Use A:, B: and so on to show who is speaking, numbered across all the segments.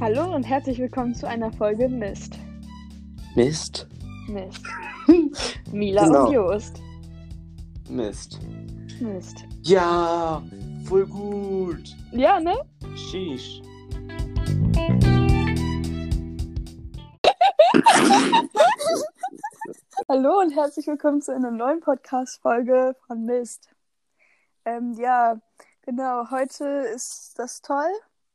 A: Hallo und herzlich willkommen zu einer Folge Mist.
B: Mist.
A: Mist. Mila
B: Genau.
A: und Jost.
B: Mist.
A: Mist.
B: Ja, voll gut.
A: Ja, ne?
B: Sheesh.
A: Hallo und herzlich willkommen zu einer neuen Podcast-Folge von Mist. Ähm, ja, genau. Heute ist das toll,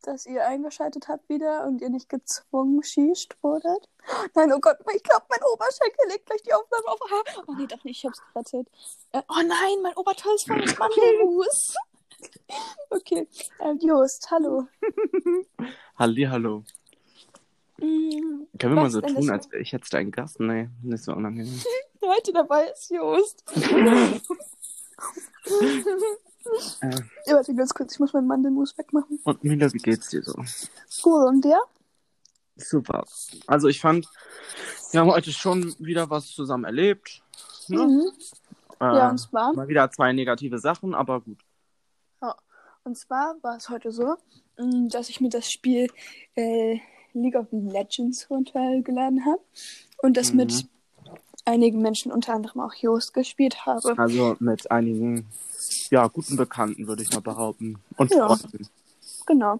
A: dass ihr eingeschaltet habt wieder und ihr nicht gezwungen schießt wurdet. Nein, oh Gott, ich glaube, mein Oberschenkel legt gleich die Aufnahme auf. Ah, Oh nee, doch nicht, ich hab's gerettet. Äh, oh nein, mein Oberteil ist voll mit Mandelmus. okay, ähm, Jost, hallo.
B: Halli, hallo.
A: Mm,
B: Können wir
A: Was
B: mal so
A: denn
B: tun,
A: das-
B: als wäre ich jetzt dein Gast? Nee, nicht so unangenehm.
A: Heute dabei ist Jost. Ja, warte ganz kurz, ich muss meinen Mandelmus wegmachen.
B: Und Mila, wie geht's dir so?
A: Cool, und der?
B: Super. Also ich fand, wir haben heute schon wieder was zusammen erlebt. Ne?
A: Mhm.
B: Äh,
A: Ja, und zwar,
B: mal wieder zwei negative Sachen, aber gut.
A: und zwar war es heute so, mh, dass ich mir das Spiel äh, League of Legends runtergeladen habe und das
B: Mhm.
A: mit einigen Menschen, unter anderem auch Jost, gespielt habe.
B: Also mit einigen, ja, guten Bekannten, würde ich mal behaupten. Und
A: Ja.
B: Freunden.
A: Genau.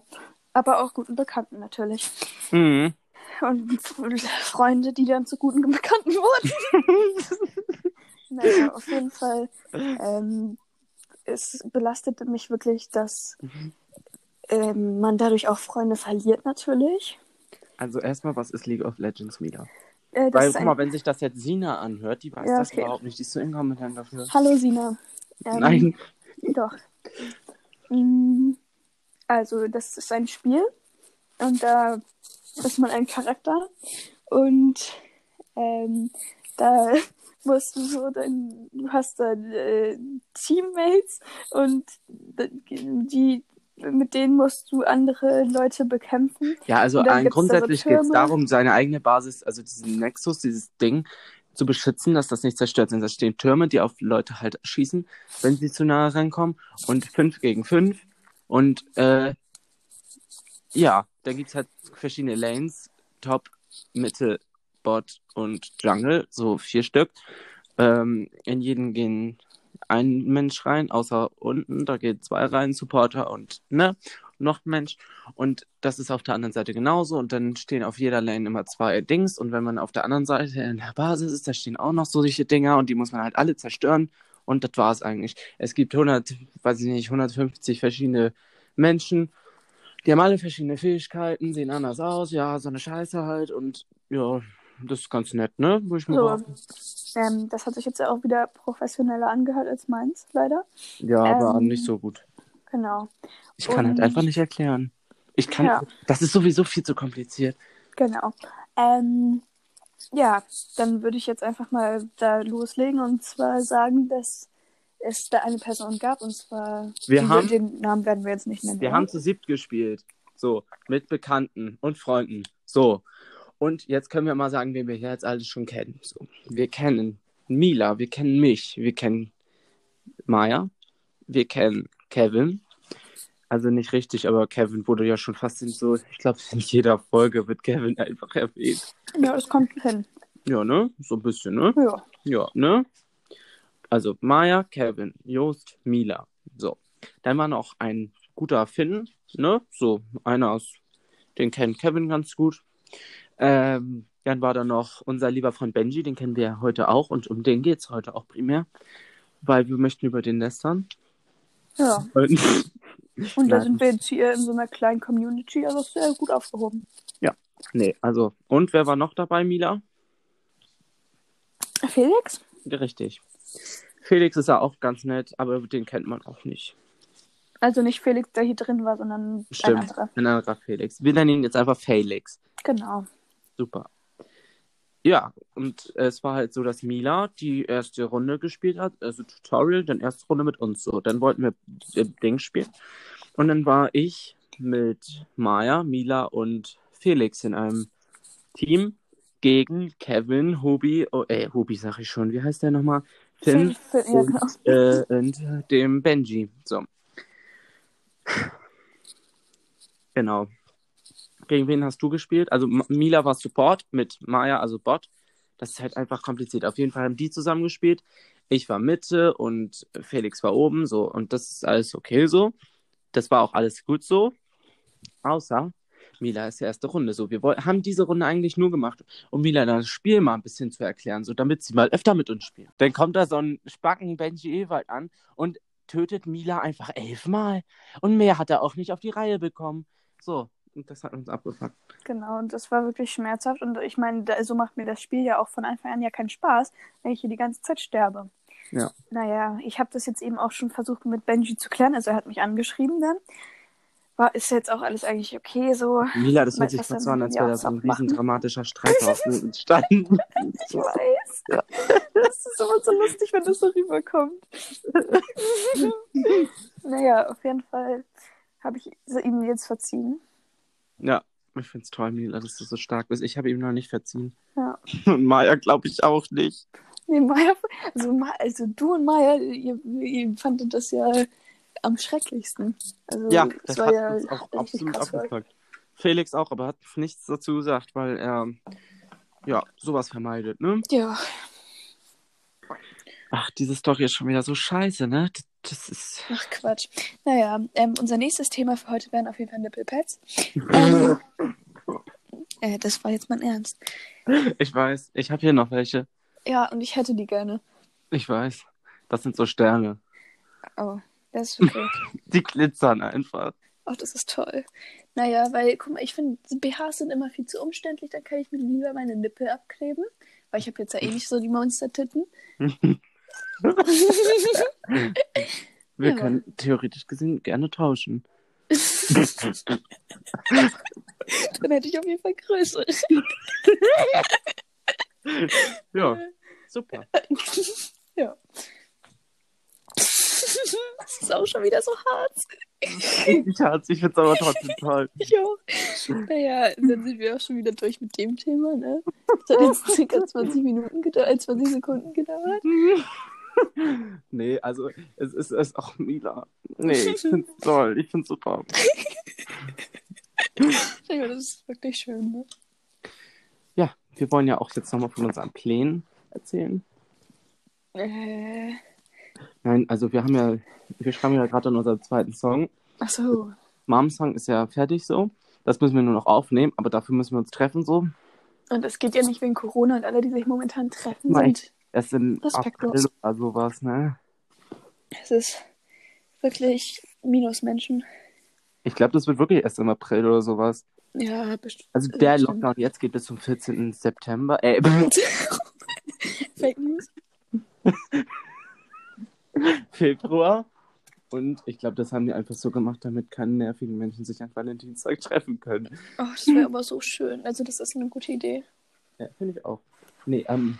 A: Aber auch guten Bekannten natürlich.
B: Mhm.
A: Und Freunde, die dann zu guten Bekannten wurden. naja, auf jeden Fall. Ähm, es belastet mich wirklich, dass
B: Mhm.
A: ähm, man dadurch auch Freunde verliert, natürlich.
B: Also erstmal, was ist League of Legends, Mila?
A: Äh, das
B: Weil,
A: ist
B: guck
A: ein...
B: mal, wenn sich das jetzt Sina anhört, die weiß
A: Ja,
B: das
A: okay.
B: überhaupt nicht. Die ist so inkompetent dafür.
A: Hallo, Sina. Ähm,
B: Nein.
A: Doch. Mm, Also, das ist ein Spiel und da ist man ein Charakter und ähm, da musst du so dein, du hast dann äh, Teammates und die mit denen musst du andere Leute bekämpfen.
B: Ja, also
A: Und dann
B: ein,
A: gibt's da so
B: grundsätzlich geht es
A: Türme.
B: darum, seine eigene Basis, also diesen Nexus, dieses Ding zu beschützen, dass das nicht zerstört sind. Da stehen Türme, die auf Leute halt schießen, wenn sie zu nahe rankommen. Und fünf gegen fünf. Und äh, ja, da gibt es halt verschiedene Lanes. Top, Mitte, Bot und Jungle, so vier Stück. Ähm, in jeden gehen ein Mensch rein, außer unten, da gehen zwei rein, Supporter und ne, noch ein Mensch. Und das ist auf der anderen Seite genauso. Und dann stehen auf jeder Lane immer zwei Dings. Und wenn man auf der anderen Seite in der Basis ist, da stehen auch noch solche Dinger und die muss man halt alle zerstören. Und das war's eigentlich. Es gibt 100, weiß ich nicht, 150 verschiedene Menschen. Die haben alle verschiedene Fähigkeiten, sehen anders aus. Ja, so eine Scheiße halt. Und ja, das ist ganz nett, ne? Würde ich mal
A: So.
B: behaupten.
A: Ähm, das hat sich jetzt auch wieder professioneller angehört als meins, leider.
B: Ja, aber
A: Ähm,
B: nicht so gut.
A: Genau,
B: Ich kann halt
A: und-
B: einfach nicht erklären. Ich kann.
A: Ja.
B: Das ist sowieso viel zu kompliziert.
A: genau. Ähm, ja, dann würde ich jetzt einfach mal da loslegen und zwar sagen, dass es da eine Person gab und zwar
B: Wir
A: die-
B: haben-
A: den Namen werden wir jetzt nicht nennen.
B: Wir
A: oder?
B: haben zu siebt gespielt. So, mit Bekannten und Freunden. So. Und jetzt können wir mal sagen, wen wir hier jetzt alles schon kennen. So, wir kennen Mila, wir kennen mich, wir kennen Maya, wir kennen Kevin. Also nicht richtig, aber Kevin wurde ja schon fast in so, ich glaube, in jeder Folge wird Kevin einfach erwähnt.
A: Ja, das kommt hin.
B: Ja, ne? So ein bisschen, ne?
A: Ja.
B: Ja, ne? Also Maya, Kevin, Joost, Mila. So. Dann war noch ein guter Finn, ne? So, einer aus, den kennt Kevin ganz gut. Ähm, dann war da noch unser lieber Freund Benji, den kennen wir heute auch und um den geht's heute auch primär, weil wir möchten über den lästern.
A: ja.
B: Und
A: Und da
B: Nein.
A: sind wir jetzt hier in so einer kleinen Community, also sehr gut aufgehoben.
B: nee, also, und wer war noch dabei, Mila?
A: Felix?
B: Richtig. Felix ist ja auch ganz nett, aber den kennt man auch nicht.
A: Also nicht Felix, der hier drin war, sondern
B: Stimmt.
A: ein anderer.
B: Ein anderer Felix. Wir nennen ihn jetzt einfach Felix.
A: Genau.
B: Super. Ja, und es war halt so, dass Mila die erste Runde gespielt hat, also Tutorial, dann erste Runde mit uns so. Dann wollten wir äh, Ding spielen. Und dann war ich mit Maya, Mila und Felix in einem Team gegen Kevin, Hubi, oh, äh, Hubi sag ich schon, wie heißt der nochmal? Finn
A: Finn, ja, genau.
B: äh, und dem Benji. So. Genau. Gegen wen hast du gespielt? Also M- Mila war Support mit Maya, also Bot. Das ist halt einfach kompliziert. Auf jeden Fall haben die zusammen gespielt. Ich war Mitte und Felix war oben, so. Und das ist alles okay so. Das war auch alles gut so. Außer Mila ist die erste Runde so. Wir woll- haben diese Runde eigentlich nur gemacht, um Mila das Spiel mal ein bisschen zu erklären, so damit sie mal öfter mit uns spielt. Dann kommt da so ein Spacken Benji Ewald an und tötet Mila einfach elfmal. Und mehr hat er auch nicht auf die Reihe bekommen. So, und das hat uns abgefuckt.
A: Genau, und das war wirklich schmerzhaft. Und ich meine, da, so macht mir das Spiel ja auch von Anfang an ja keinen Spaß, wenn ich hier die ganze Zeit sterbe.
B: Ja.
A: Naja, ich habe das jetzt eben auch schon versucht mit Benji zu klären. Also er hat mich angeschrieben dann. War, ist jetzt auch alles eigentlich okay so.
B: Mila, das hört
A: Weißt
B: sich
A: was
B: gerade so
A: dann-
B: an, als
A: ja,
B: wäre da so ein
A: was machen?
B: riesen dramatischer Streit auf entstanden.
A: Ich weiß. Das ist immer so lustig, wenn das so rüberkommt. naja, auf jeden Fall habe ich so ihm jetzt verziehen.
B: Ja, ich find's toll, Mila, dass du so stark bist. Ich habe ihm noch nicht verziehen.
A: Ja.
B: Und Maya glaube ich auch nicht.
A: Nee, Maya, also, Ma- also du und Maya, ihr, ihr fandet das ja am schrecklichsten. Also,
B: Ja,
A: es
B: das
A: war
B: hat
A: ja
B: uns auch
A: richtig
B: absolut
A: krass, ne? weil-
B: abgefuckt. Felix auch, aber hat nichts dazu gesagt, weil er ja sowas vermeidet, ne?
A: Ja,
B: Ach, diese Story ist schon wieder so scheiße, ne? D- Das ist.
A: ach Quatsch. Naja, ähm, unser nächstes Thema für heute wären auf jeden Fall Nippelpads. Ähm, äh, das war jetzt mein Ernst.
B: Ich weiß, ich habe hier noch welche.
A: Ja, und ich hätte die gerne.
B: Ich weiß. Das sind so Sterne.
A: Oh, das ist okay.
B: Die glitzern einfach.
A: Ach, das ist toll. Naja, weil, guck mal, ich finde, BHs sind immer viel zu umständlich, dann kann ich mir lieber meine Nippel abkleben. Weil ich habe jetzt ja eh nicht so die Monster-Titten.
B: Wir
A: Ja.
B: können theoretisch gesehen gerne tauschen.
A: dann hätte ich auf jeden Fall größere.
B: Ja, super.
A: ja. Das ist auch schon wieder so hart.
B: Ich find's ich find's aber trotzdem toll.
A: Ja. Naja, dann sind wir auch schon wieder durch mit dem Thema, ne? Das hat jetzt circa 20 Minuten gedauert, 20 Sekunden gedauert.
B: Nee, also es ist, es ist auch Mila. Nee, ich find's toll. Ich find's super.
A: Ja, das ist wirklich schön, ne?
B: Ja, wir wollen ja auch jetzt nochmal von unseren Plänen erzählen.
A: Äh,
B: Nein, also wir haben ja, wir schreiben ja gerade an unserem zweiten Song.
A: ach so.
B: Mom Song ist ja fertig so. Das müssen wir nur noch aufnehmen, aber dafür müssen wir uns treffen so.
A: Und es geht ja nicht wegen Corona und alle, die sich momentan treffen
B: Nein.
A: sind.
B: Erst im
A: Respektlos.
B: April oder sowas, ne?
A: Es ist wirklich Minusmenschen.
B: Ich glaube, das wird wirklich erst im April oder sowas.
A: Ja, bestimmt.
B: Also der
A: stimmt.
B: Lockdown jetzt geht bis zum 14. September. Äh,
A: Fake News.
B: Februar. Und ich glaube, das haben die einfach so gemacht, damit keine nervigen Menschen sich an Valentinstag treffen können.
A: Oh, das wäre aber so schön. Also, das ist eine gute Idee.
B: Ja, finde ich auch. Nee, ähm.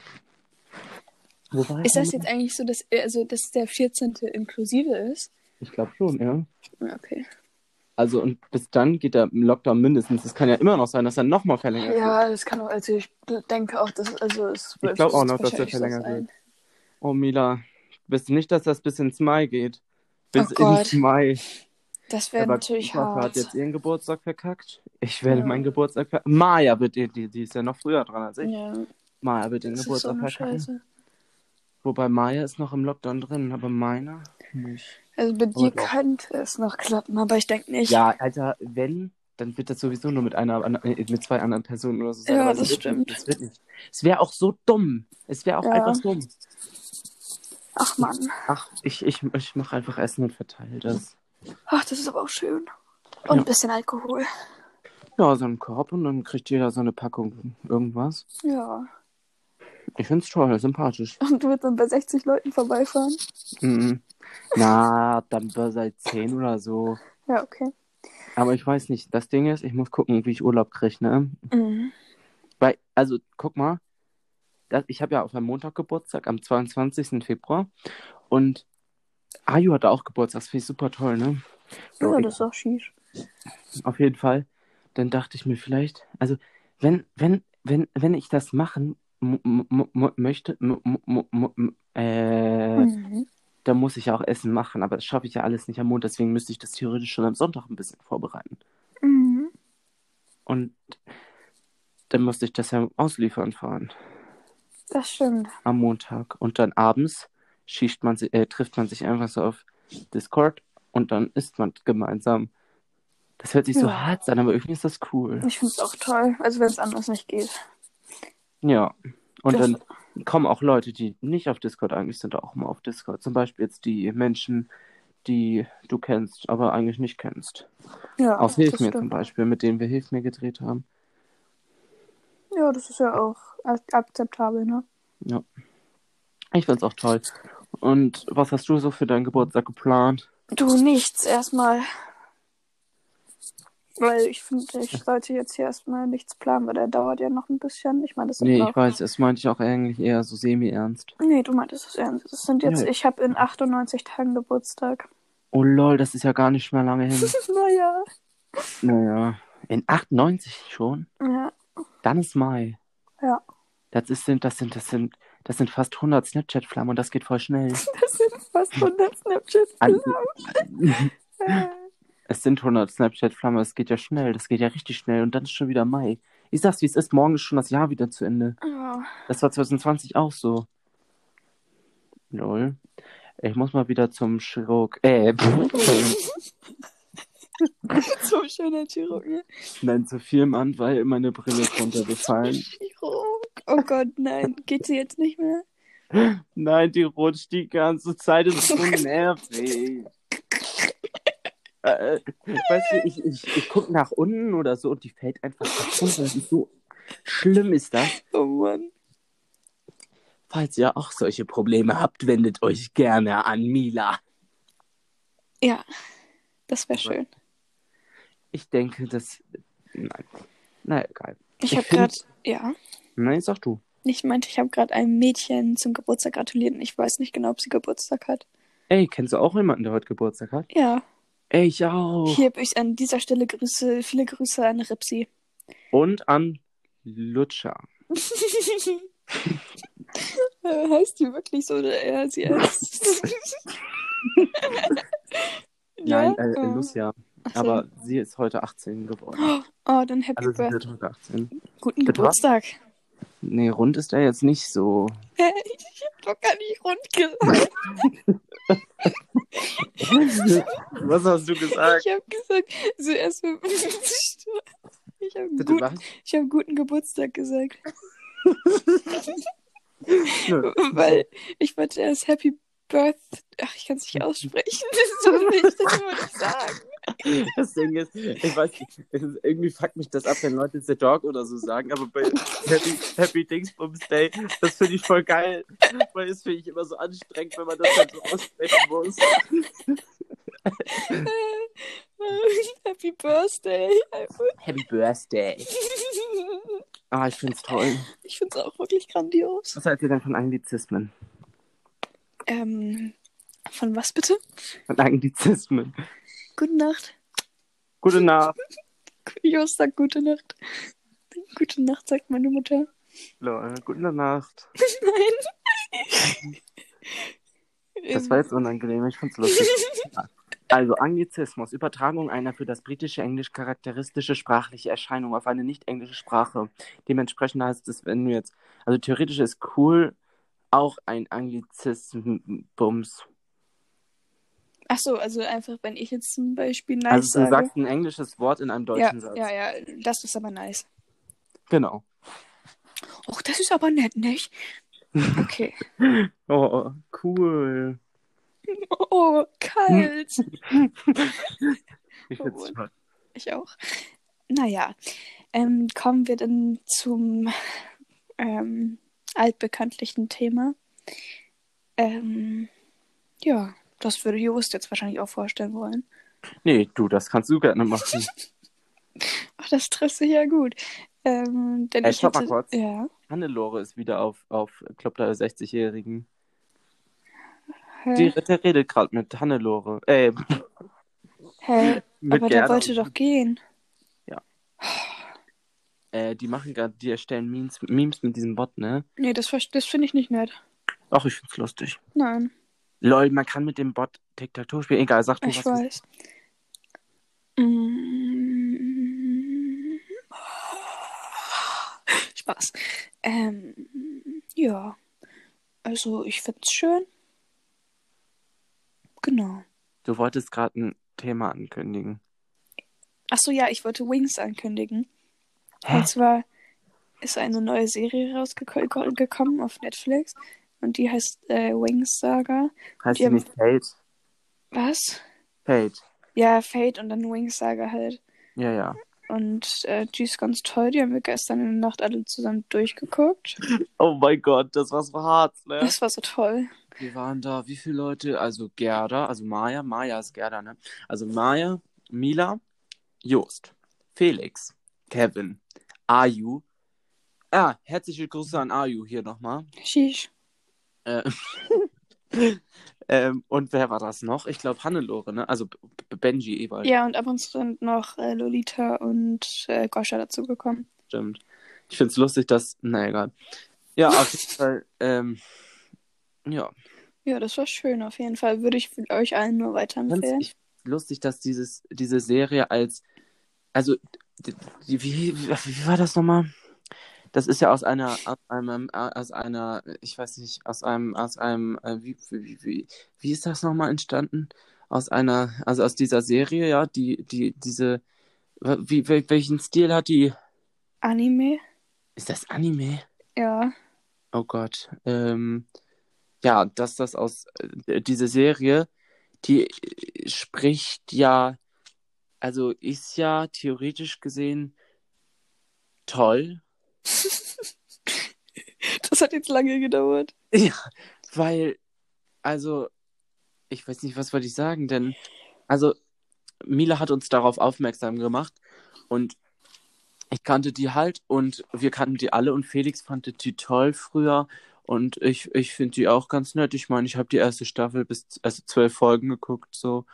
B: Wo war
A: Ist
B: ich
A: das jetzt eigentlich so, dass, also, dass der 14. inklusive ist?
B: Ich glaube schon, ja.
A: Ja, Okay.
B: Also, und bis dann geht der Lockdown mindestens. Es kann ja immer noch sein, dass er nochmal verlängert wird.
A: Ja, das kann auch, also ich denke auch, dass, also es
B: Ich glaub auch noch, dass der verlängert wird. Oh, Mila, wisst ihr nicht, dass das bis ins Mai geht? Bis
A: Oh Gott.
B: ins Mai.
A: Das wäre
B: Aber
A: natürlich
B: Christopher
A: hart.
B: hat jetzt ihren Geburtstag verkackt. Ich werde
A: Ja.
B: meinen Geburtstag verkacken. Maya wird, die, die die ist ja noch früher dran als ich.
A: Ja,
B: Maya wird ihren
A: das ist so
B: Geburtstag
A: eine
B: verkacken.
A: Scheiße.
B: Wobei Maya ist noch im Lockdown drin, aber meiner nicht.
A: Also bei dir
B: doch.
A: könnte es noch klappen, aber ich denke nicht.
B: Ja, Alter, wenn, dann wird das sowieso nur mit einer ander- äh, mit zwei anderen Personen oder so sein.
A: Ja,
B: aber
A: das
B: wird
A: stimmt.
B: Nicht, das wird nicht. Es wäre auch so dumm. Es wäre auch
A: Ja.
B: einfach dumm.
A: Ach Mann.
B: Ach, ich, ich, ich mache einfach Essen und verteile das.
A: Ach, das ist aber auch schön.
B: Ja.
A: Und ein bisschen Alkohol.
B: Ja, so einen Korb und dann kriegt jeder so eine Packung irgendwas.
A: Ja.
B: Ich find's toll, sympathisch.
A: Und du wirst dann bei 60 Leuten vorbeifahren.
B: Mhm. Na, dann war seit 10 oder so.
A: Ja, okay.
B: Aber ich weiß nicht. Das Ding ist, ich muss gucken, wie ich Urlaub kriege, ne?
A: Mhm.
B: Weil, also, guck mal. Das, ich habe ja auf einem Montag Geburtstag, am 22. Februar. Und Ayu hatte auch Geburtstag. Das finde ich super toll, ne?
A: Ja,
B: Bro,
A: das ist auch schieß.
B: Auf jeden Fall. Dann dachte ich mir vielleicht, also, wenn, wenn, wenn, wenn ich das machen m- m- m- möchte, m- m- m- m- äh,
A: Mhm.
B: da muss ich ja auch Essen machen, aber das schaffe ich ja alles nicht am Montag, deswegen müsste ich das theoretisch schon am Sonntag ein bisschen vorbereiten.
A: Mhm.
B: Und dann musste ich das ja ausliefern fahren
A: Das stimmt.
B: am Montag. Und dann abends schießt man, si- äh, trifft man sich einfach so auf Discord und dann isst man gemeinsam. Das hört sich so
A: Ja.
B: hart an, aber irgendwie ist das cool.
A: Ich finde es auch toll. Also wenn es anders nicht geht.
B: Ja. Und
A: Das-
B: dann kommen auch Leute, die nicht auf Discord eigentlich sind, auch mal auf Discord. Zum Beispiel jetzt die Menschen, die du kennst, aber eigentlich nicht kennst.
A: Ja,
B: Aus Hilf
A: das
B: mir
A: stimmt.
B: zum Beispiel, mit denen wir Hilf mir gedreht haben.
A: Ja, das ist ja auch ak- akzeptabel, ne?
B: Ich find's auch toll. Und was hast du so für deinen Geburtstag geplant?
A: Du nichts erstmal. Weil ich finde, ich sollte jetzt hier erstmal nichts planen, weil der dauert ja noch ein bisschen. Ich meine, das sind
B: Nee,
A: noch...
B: ich weiß, das meinte ich auch eigentlich eher so semi-ernst.
A: Nee, du meintest es ernst. Das sind jetzt,
B: Ja.
A: ich habe in 98 Tagen Geburtstag.
B: Oh lol, das ist ja gar nicht mehr lange hin.
A: naja.
B: naja, in 98 schon?
A: Ja.
B: Dann ist Mai.
A: Ja.
B: Das ist, sind, das sind, das sind, das sind fast 100 Snapchat-Flammen und das geht voll schnell.
A: Das sind fast 100 Snapchats.
B: An-
A: Äh,
B: es sind 100 Snapchat-Flammen, es geht ja schnell, das geht ja richtig schnell und dann ist schon wieder Mai. Ich sag's, wie es ist, morgen ist schon das Jahr wieder zu Ende.
A: ja.
B: Das war 2020 auch so. Lol. Ich muss mal wieder zum Chirurg. Äh,
A: So schöner Chirurg.
B: nein, zu viel an, weil meine Brille ist runtergefallen.
A: Chirurg. Oh Gott, nein. Geht sie jetzt nicht mehr?
B: Nein, die rutscht die ganze Zeit, das ist so nervig. Äh, weißt du, ich, ich, ich gucke nach unten oder so und die fällt einfach runter. Das ist so schlimm ist das.
A: Oh Mann.
B: Falls ihr auch solche Probleme habt, wendet euch gerne an Mila.
A: Ja. Das wäre schön.
B: Ich denke, das. Nein. Na, egal.
A: Ich
B: Ich
A: habe
B: find-
A: gerade, ja.
B: Nein, sag du.
A: Ich meinte, ich habe gerade einem Mädchen zum Geburtstag gratuliert und ich weiß nicht genau, ob sie Geburtstag hat.
B: Ey, kennst du auch jemanden, der heute Geburtstag hat?
A: Ja.
B: Ey, ich auch.
A: Hier habe ich an dieser Stelle Grüße, viele Grüße an Ripsi.
B: Und an Lutscher.
A: Äh, heißt die wirklich so oder er sie heißt?
B: Nein, äh,
A: Ja?
B: Lucia.
A: Ach so.
B: Aber sie ist heute 18 geworden.
A: Oh, dann Happy
B: Also sie
A: Birthday.
B: wird heute 18.
A: Guten
B: Bitte was?
A: Geburtstag.
B: Nee, rund ist er jetzt nicht so.
A: Hä? Ich hab doch gar nicht rund gesagt.
B: Was hast du gesagt?
A: Ich hab gesagt, so erst mal- Ich hab,
B: Bitte
A: gut,
B: was?
A: ich hab guten Geburtstag gesagt.
B: Nö.
A: Weil ich wollte erst Happy Birth. Ach, ich kann es nicht aussprechen. Das soll ich das wollte ich sagen.
B: Das Ding ist, ich weiß nicht, es ist- irgendwie fuckt mich das ab, wenn Leute The Dog oder so sagen, aber bei Happy, Happy Dingsbums Day, das finde ich voll geil, weil es finde ich immer so anstrengend, wenn man das dann so aussprechen muss.
A: Happy Birthday.
B: Happy Birthday. Ah, ich find's toll.
A: Ich finde es auch wirklich grandios.
B: Was haltet ihr denn von Anglizismen?
A: Ähm, von was bitte?
B: Von Anglizismen.
A: Gute Nacht.
B: Gute Nacht,
A: Jos sagt gute Nacht. Gute Nacht, sagt meine Mutter.
B: Leute. Gute Nacht.
A: Nein.
B: Das war jetzt unangenehm, ich fand's lustig. Also Anglizismus, Übertragung einer für das britische Englisch charakteristische sprachliche Erscheinung auf eine nicht-englische Sprache. Dementsprechend heißt es, wenn du jetzt, also theoretisch ist cool auch ein Anglizismus.
A: Achso, also einfach, wenn ich jetzt zum Beispiel nice
B: also du
A: sage.
B: sagst ein englisches Wort in einem
A: ja,
B: deutschen Satz.
A: ja, ja, das ist aber nice.
B: Genau.
A: Och, das ist aber nett, nicht? Okay.
B: Oh, cool.
A: Oh, kalt.
B: Ich
A: Oh,
B: find's
A: wohl.
B: toll.
A: Ich auch. Naja, ähm, kommen wir dann zum ähm, altbekanntlichen Thema. Ähm, ja, das würde Joost jetzt wahrscheinlich auch vorstellen wollen.
B: Nee, du, das kannst du gerne machen.
A: Ach, das trifft sich ja gut. Ähm, denn
B: Äh,
A: ich
B: stopp mal
A: hätte,
B: kurz.
A: Ja,
B: Hannelore ist wieder auf, auf Club der 60-Jährigen.
A: hä?
B: Die Ritter redet gerade mit Hannelore. Äh,
A: hä?
B: mit
A: Aber der
B: Gerda.
A: wollte doch gehen.
B: Äh, die machen gerade, die erstellen Memes, Memes mit diesem Bot, ne?
A: Nee, das, ver- das finde ich nicht nett.
B: Ach, ich find's lustig.
A: Nein,
B: Lol, man kann mit dem Bot Tic-Tac-Toe spielen. Egal, sag du
A: ich
B: was.
A: weiß. Mm, Spaß. Ähm, ja. Also, ich find's schön. Genau.
B: Du wolltest gerade ein Thema ankündigen.
A: Achso, ja, ich wollte Wings ankündigen.
B: Hä?
A: Und zwar ist eine neue Serie rausgekommen auf Netflix. Und die heißt äh, Wings Saga.
B: Heißt
A: Ja.
B: sie nicht Fate?
A: Was?
B: Fate.
A: Ja, Fate und dann Wings Saga halt.
B: Ja, ja.
A: Und äh, die ist ganz toll. Die haben wir gestern in der Nacht alle zusammen durchgeguckt.
B: Oh mein Gott, das war so hart, ne?
A: Das war so toll.
B: Wir waren da, wie viele Leute? Also Gerda, also Maya, Maya ist Gerda, ne? Also Maya, Mila, Jost, Felix, Kevin, Ayu. Ah, herzliche Grüße an Ayu hier nochmal.
A: Sheesh.
B: Äh, ähm, und wer war das noch? Ich glaube Hannelore, ne? Also B- B- Benji Ewald,
A: Ja, und ab und zu sind noch äh, Lolita und äh, Goscha dazugekommen.
B: stimmt. Ich find's lustig, dass. Na egal. Ja, auf jeden Fall. Ähm, ja,
A: Ja, das war schön auf jeden Fall. Würde ich euch allen nur
B: ganz
A: weiterempfehlen.
B: ich, lustig, dass dieses, diese Serie als, also, die, die, wie, wie, wie war das nochmal? Das ist ja aus einer, aus einem, aus einer, ich weiß nicht, aus einem, aus einem, äh, wie, wie, wie, wie ist das nochmal entstanden? Aus einer, also aus dieser Serie, ja, die, die, diese, wie, wel- welchen Stil hat die?
A: Anime?
B: Ist das Anime?
A: Ja.
B: Oh Gott. Ähm, ja, dass das aus äh, diese Serie, die äh, spricht ja, also ist ja theoretisch gesehen toll,
A: Das hat jetzt lange gedauert.
B: weil, also, ich weiß nicht, was wollte ich sagen, denn, also, Mila hat uns darauf aufmerksam gemacht und ich kannte die halt und wir kannten die alle und Felix fand die toll früher und ich, ich finde die auch ganz nett. Ich meine, ich habe die erste Staffel bis, also zwölf Folgen geguckt so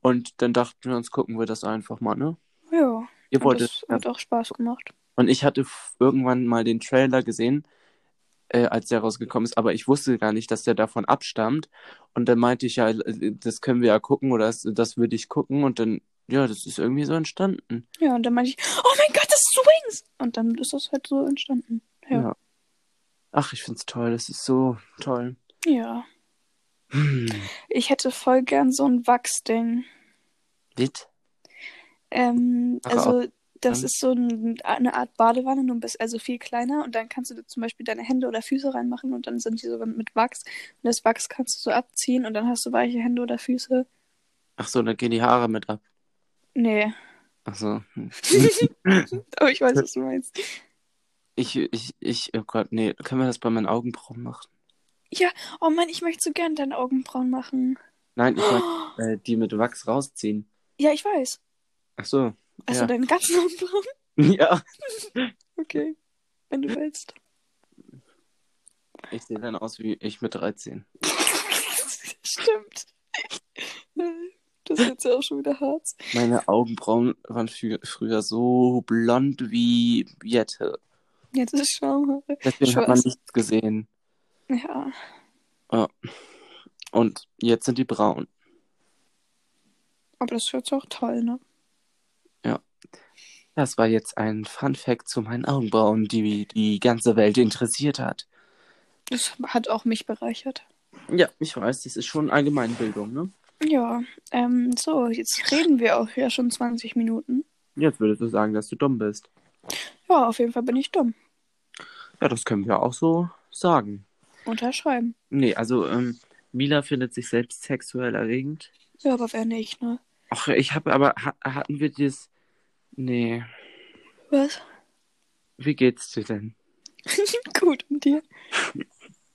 B: und dann dachten wir uns, gucken wir das einfach mal, ne?
A: Ja.
B: Ihr
A: Und
B: wolltet.
A: das hat auch Spaß gemacht.
B: Und ich hatte f- irgendwann mal den Trailer gesehen, äh, als der rausgekommen ist, aber ich wusste gar nicht, dass der davon abstammt. Und dann meinte ich ja, äh, das können wir ja gucken oder das, das würde ich gucken. Und dann, ja, das ist irgendwie so entstanden.
A: Ja, und dann meinte ich, oh mein Gott, das ist Wings! Und dann ist das halt so entstanden. Ja.
B: Ach, ich find's toll, das ist so toll.
A: Ja.
B: Hm.
A: Ich hätte voll gern so ein Wachsding.
B: Wit?
A: Ähm,
B: Ach,
A: also, das
B: dann-
A: ist so ein, eine Art Badewanne, nur ein bisschen, also viel kleiner. Und dann kannst du da zum Beispiel deine Hände oder Füße reinmachen und dann sind die so mit Wachs. Und das Wachs kannst du so abziehen und dann hast du weiche Hände oder Füße.
B: Ach so, dann gehen die Haare mit ab.
A: Nee,
B: Ach so.
A: aber ich weiß, was du meinst.
B: Ich, ich, ich, oh Gott, nee, können wir das bei meinen Augenbrauen machen?
A: Oh Mann, ich möchte so gern deine Augenbrauen machen.
B: Nein, ich meine, äh, die mit Wachs rausziehen.
A: Ja, ich weiß.
B: Ach so.
A: Also
B: Ja.
A: deine ganzen Augenbrauen.
B: Ja.
A: Okay, wenn du willst.
B: Ich sehe dann aus wie ich mit 13.
A: Stimmt. Das ist jetzt ja auch schon wieder hart.
B: Meine Augenbrauen waren frü früher so blond wie Jette.
A: Jetzt ist Schamhaare.
B: Deswegen hat man
A: Schwarz.
B: nichts gesehen.
A: Ja.
B: Und jetzt sind die braun.
A: Aber das ist jetzt auch toll, ne?
B: Das war jetzt ein Fun Fact zu meinen Augenbrauen, die die ganze Welt interessiert hat.
A: Das hat auch mich bereichert.
B: Ja, ich weiß, das ist schon Allgemeinbildung, ne?
A: Ja. Ähm, so, jetzt reden wir auch ja schon 20 Minuten.
B: Jetzt würdest du sagen, dass du dumm bist.
A: Ja, auf jeden Fall bin ich dumm.
B: Ja, das können wir auch so sagen.
A: Unterschreiben.
B: Nee, also ähm, Mila findet sich selbst sexuell erregend.
A: Ja, aber wer nicht, ne?
B: Ach, ich habe aber, ha hatten wir das? Nee,
A: Was?
B: wie geht's dir denn?
A: Gut, und dir?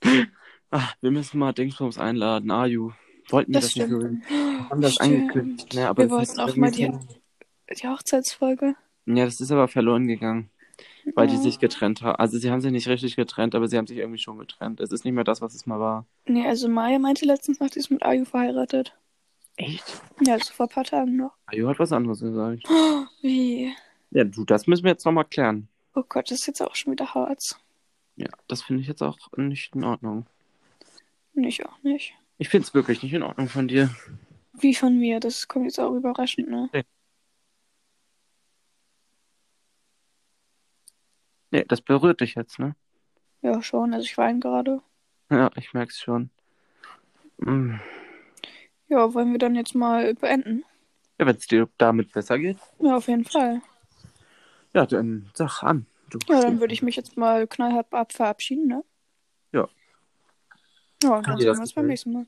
B: Ach, Ah, wir müssen mal Dingsbums einladen, Aju. Wollten wir
A: Das
B: das, nicht
A: stimmt. Oh,
B: nicht haben das
A: Stimmt.
B: angekündigt, ne? Aber
A: Wir
B: das
A: wollten
B: ist
A: auch
B: irgendwie
A: mal die-
B: verloren.
A: Die Hochzeitsfolge?
B: Ja, das ist aber verloren gegangen, weil die
A: Ja.
B: sich getrennt haben. Also sie haben sich nicht richtig getrennt, aber sie haben sich irgendwie schon getrennt. Es ist nicht mehr das, was es mal war.
A: Nee, also Maya meinte letztens noch, die ist mit Ayu verheiratet.
B: Echt?
A: Ja, also vor ein paar Tagen noch.
B: Aju hat was anderes gesagt.
A: Wie?
B: Ja, du, das müssen wir jetzt nochmal klären.
A: Oh Gott, das ist jetzt auch schon wieder hart.
B: Ja, das finde ich jetzt auch nicht in Ordnung.
A: Nicht auch nicht.
B: Ich finde es wirklich nicht in Ordnung von dir.
A: Wie von mir, das kommt jetzt auch überraschend, ne?
B: Nee, das berührt dich jetzt, ne?
A: Ja, schon. Also ich weine gerade.
B: Ja, ich merk's schon. Mm.
A: Ja, wollen wir dann jetzt mal beenden?
B: Ja, wenn's dir damit besser geht,
A: Ja, auf jeden Fall.
B: ja, dann sag an. Du
A: Ja, dann würde ich mich jetzt mal knallhart ab verabschieden, ne?
B: Ja.
A: Ja,
B: Hat dir
A: dann sehen
B: das
A: wir uns beim
B: gefallen?
A: nächsten Mal.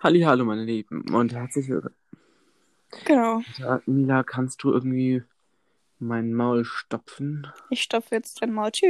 B: Halli, hallo, meine Lieben. Und herzlich willkommen.
A: Genau.
B: Ja, Mila, kannst du irgendwie mein Maul stopfen?
A: Ich stopfe jetzt dein Maul. Tschüss.